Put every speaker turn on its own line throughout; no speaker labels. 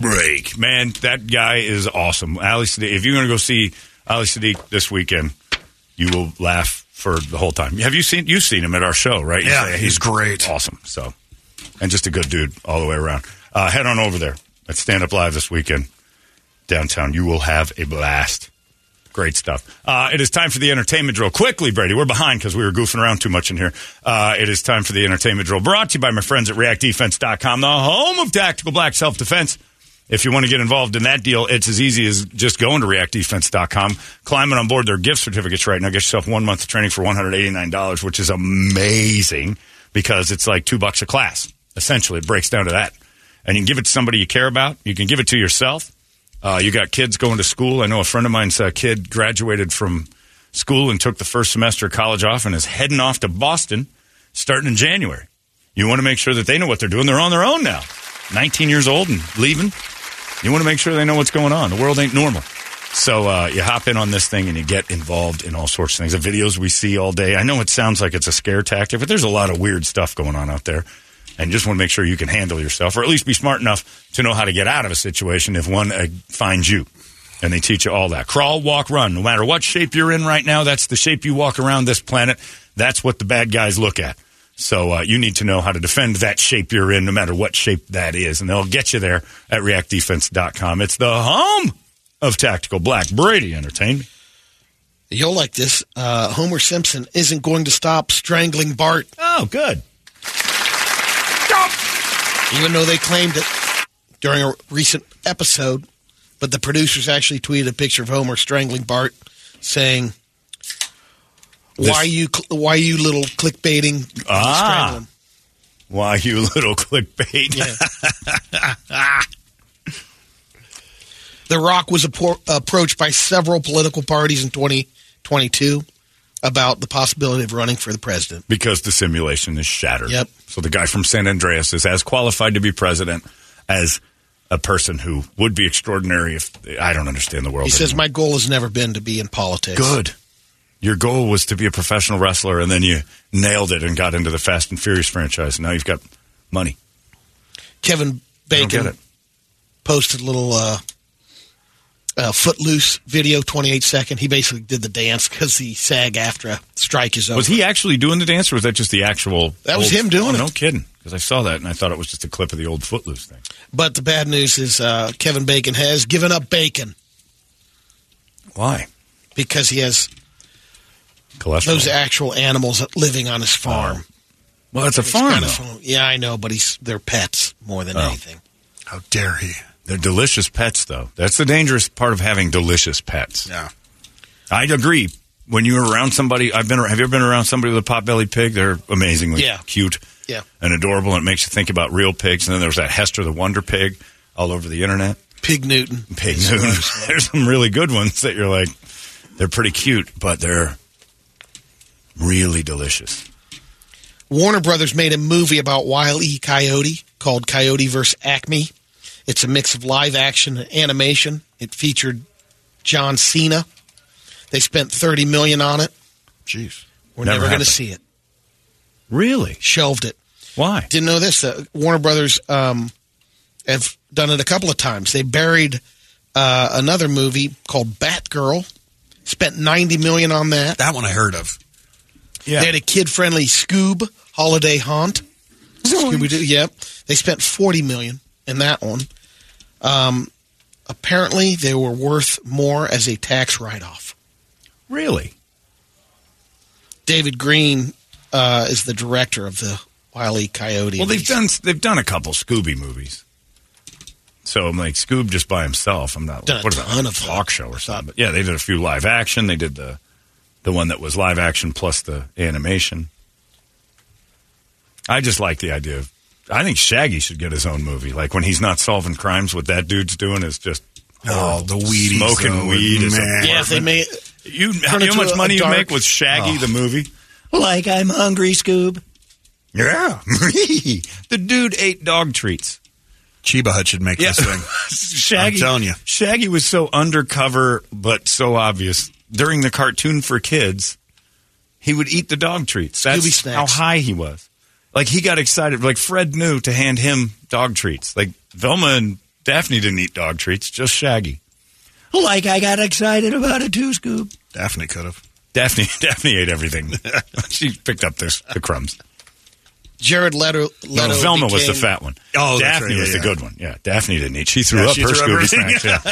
break. Man, that guy is awesome. Ali Sadiq. If you're going to go see Ali Sadiq this weekend, you will laugh for the whole time. Have you seen you've seen him at our show, right? You
Yeah,
say
he's great.
awesome. So, and just a good dude all the way around. Uh, head on over there at Stand Up Live this weekend downtown. You will have a blast. Great stuff. Uh, it is time for the entertainment drill. Quickly, Brady, we're behind because we were goofing around too much in here. Uh, it is time for the entertainment drill brought to you by my friends at reactdefense.com, the home of tactical black self defense. If you want to get involved in that deal, it's as easy as just going to reactdefense.com, climbing on board their gift certificates right now. Get yourself one month of training for $189, which is amazing because it's like two bucks a class. Essentially, it breaks down to that. And you can give it to somebody you care about, you can give it to yourself. Uh, you got kids going to school. I know a friend of mine's uh, kid graduated from school and took the first semester of college off and is heading off to Boston starting in January. You want to make sure that they know what they're doing. They're on their own now. 19 years old and leaving. You want to make sure they know what's going on. The world ain't normal. So uh, you hop in on this thing and you get involved in all sorts of things. The videos we see all day. I know it sounds like it's a scare tactic, but there's a lot of weird stuff going on out there. And you just want to make sure you can handle yourself or at least be smart enough to know how to get out of a situation if one uh, finds you. And they teach you all that. Crawl, walk, run. No matter what shape you're in right now, that's the shape you walk around this planet. That's what the bad guys look at. So uh, you need to know how to defend that shape you're in, no matter what shape that is. And they'll get you there at reactdefense.com. It's the home of Tactical Black. Brady, entertain me.
You'll like this. Uh, Homer Simpson isn't going to stop strangling Bart,
Oh, good.
even though they claimed it during a recent episode. But the producers actually tweeted a picture of Homer strangling Bart, saying, "Why
This-
you, cl- why you little clickbaiting? you strangle him."
Why, you little clickbait.
Yeah. the Rock was appro- approached by several political parties in 2022 about the possibility of running for the president.
because the simulation is shattered.
Yep.
So the guy from San Andreas is as qualified to be president as a person who would be extraordinary if I don't understand the world.
He says,
anymore.
"My goal has never been to be in politics."
good. Your goal was to be a professional wrestler, and then you nailed it and got into the Fast and Furious franchise. And now you've got money.
Kevin
I don't get
Bacon
it.
posted a little uh, uh, footloose video, 28 second. He basically did the dance because the SAG-AFTRA strike is over.
Was he actually doing the dance, or was that just the actual?
That was
old-
him doing
Oh,
it.
No kidding, because I saw that and I thought it was just a clip of the old Footloose thing.
But the bad news is uh, Kevin Bacon has given up bacon
Why?
because he has
Cholesterol. Uh,
those actual animals living on his farm.
well, that's a
It's
Oh. farm.
kinda
though.
fun. Yeah, I know, but he's they're pets more than
Oh.
anything.
How dare he?
They're delicious pets, though. That's the dangerous part of having delicious pets.
Yeah.
I agree. When you're around somebody, I've been. Have you ever been around somebody with a pot-bellied pig? They're amazingly
Yeah.
cute,
Yeah.
and adorable, and it makes you think about real pigs. And then there was that Hester the Wonder Pig all over the internet.
Pig Newton.
Pig Noon. There's some really good ones that you're like, they're pretty cute, but they're really delicious.
Warner Brothers made a movie about Wile E. Coyote called Coyote vs. Acme. It's a mix of live action and animation. It featured John Cena. They spent thirty million on it.
Jeez.
We're
Never
never, going to
happened.
see it.
Really?
Shelved it.
Why?
Didn't know this. Uh, Warner Brothers um, have done it a couple of times. They buried uh, another movie called Batgirl. Spent ninety million on that.
That one I heard of.
Yeah.
They had a kid-friendly Scoob Holiday Haunt. Scooby Doo. Yep. They spent forty million in that one. Um, apparently, they were worth more as a tax write-off.
really?
David Green uh, is the director of the Wile E. Coyote.
Well, they've
movies.
done they've done a couple Scooby movies. So I'm like Scoob just by himself. I'm not
Done a
what is that,
ton
a
of
talk
them.
show or something. But yeah, they did a few live action. They did the the one that was live action plus the animation. I just like the idea of I think Shaggy should get his own movie. Like when he's not solving crimes, what that dude's doing is just
Oh, the weed.
Smoking weed is a-
Yeah, if they may.
you.
Turn
How,
it
you know
to
how much
a
money you
dark- Oh.
make with Shaggy the movie?
Like I'm hungry, Scoob.
Yeah, the dude ate dog treats.
Chiba Hut should make this thing.
Shaggy,
I'm telling you.
Shaggy was so undercover but so obvious during the cartoon for kids. He would eat the dog treats.
Scooby
That's
snacks.
how high he was. Like he got excited. Like Fred knew to hand him dog treats. Like Velma and Daphne didn't eat dog treats, just Shaggy.
Like I got excited about it too, Scoob.
Daphne could have.
Daphne, Daphne ate everything. she picked up this, the crumbs.
Jared Leto.
No,
Leto
Velma was the
became-
fat one.
Oh, that's
Daphne
right. Yeah,
was
yeah.
the good one. Yeah, Daphne didn't eat. She threw
Yeah,
up
she
her
threw up
Scooby
everything.
snacks.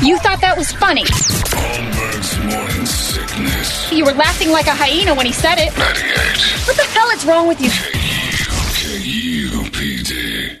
Yeah.
You thought that was funny.
Holmberg's morning sickness.
You were laughing like a hyena when he said
98.
it. What the hell is wrong with you?
KUPD.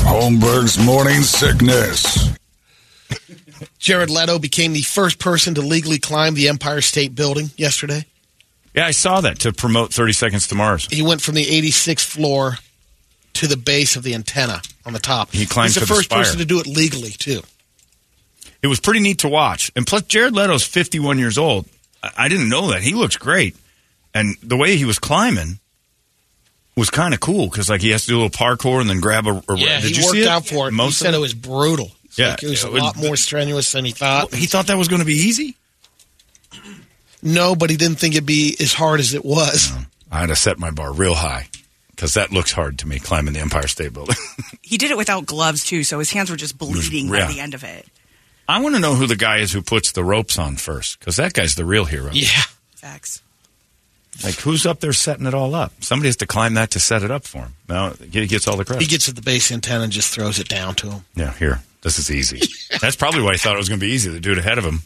Holmberg's morning sickness.
Jared Leto became the first person to legally climb the Empire State Building yesterday.
yeah, I saw that to promote 30 Seconds to Mars.
He went from the 86th floor to the base of the antenna on the top.
He climbed
He's the
to the
first
spire.
person to do it legally too.
It was pretty neat to watch. And plus, Jared Leto's 51 years old. I, I didn't know that. He looks great. And the way he was climbing was kind of cool because, like, he has to do a little parkour and then grab a. a
he
did you
worked
see it?
out for it.
Most
he said
of
it was brutal. It's
Yeah,
like it was a
it was-
lot more strenuous than he thought.
He thought that was going to be easy.
No, but he didn't think it'd be as hard as it was.
I had to set my bar real high because that looks hard to me climbing the Empire State Building.
He did it without gloves too, so his hands were just bleeding
Yeah.
by the end of it.
I want to know who the guy is who puts the ropes on first because that guy's the real hero.
Yeah.
Facts.
Like, who's up there setting it all up? Somebody has to climb that to set it up for him. Now he gets all the credit.
He gets at the base antenna and just throws it down to him.
yeah, here. This is easy. That's probably why he thought it was going to be easy. The dude ahead of him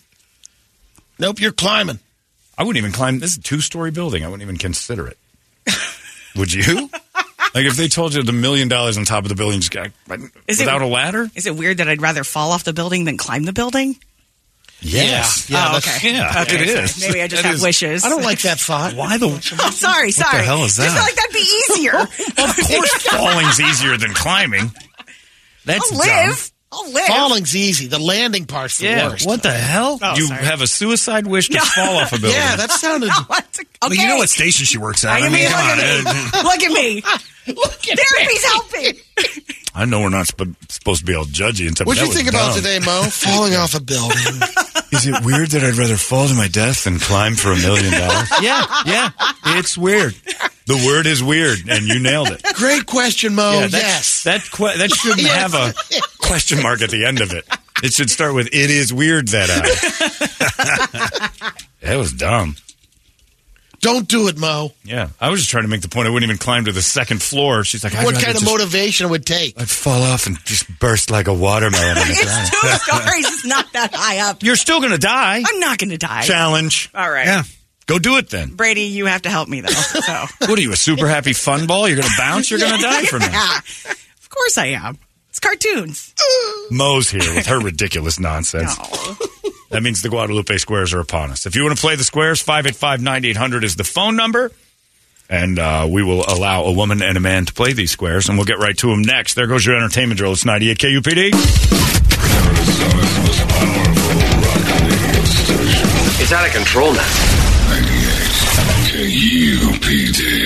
Nope, you're climbing.
I wouldn't even climb. This is a two story building. I wouldn't even consider it. Would you? like if they told you the million dollars on top of the building, just got,
Is it-
without a ladder.
Is it weird that I'd rather fall off the building than climb the building?
Yeah, yeah,
oh,
that's-
okay.
yeah,
okay.
Uh, it
so
is.
Maybe I just
That
have
is-
wishes.
I don't like that thought.
Why the?
Oh, sorry, sorry.
hell is
Just
that?
felt like that'd be easier.
Of course, falling's easier than climbing. That's
I'll live. I'll live.
Falling's easy. The landing part's the
dumb. Yeah.
worst.
What the hell?
Oh,
you
sorry.
have a suicide wish to fall off a building.
Yeah, that sounded.
What? Okay.
Well, you know what station she works at.
I mean, look,
come
at me. look at me.
Look at
Therapy's helping.
I know we're not sp- supposed to be all judgy and stuff.
What'd
but
you
that
think
was
about
dumb.
today, Mo? Falling off a building.
Is it weird that I'd rather fall to my death than climb for a million dollars? Yeah, yeah. It's weird. The word is weird, and you nailed it.
Great question, Mo.
Yeah, that's-
Oh, yes.
That que- that shouldn't have a question mark at the end of it. It should start with "It is weird that I." that was dumb.
Don't do it, Mo.
Yeah, I was just trying to make the point. I wouldn't even climb to the second floor. She's like, I'd
what
rather
kind of
just-
motivation it would take?
I'd fall off and just burst like a watermelon. in the ground.
It's two stories. It's not that high up.
You're still gonna die.
I'm not going to die.
Challenge.
All right.
Yeah, go do it then.
Brady, you have to help me though. So.
What are you, a super happy fun ball? You're gonna bounce. You're gonna die from that.
Yeah. Of course I am. It's cartoons.
Mo's here with her ridiculous nonsense.
No.
That means the Guadalupe squares are upon us. If you want to play the squares, 585 9800 is the phone number. And uh, we will allow a woman and a man to play these squares, and we'll get right to them next. There goes your entertainment drill. It's 98 KUPD.
Arizona's most powerful rock radio station.
It's out of control now.
98. KUPD.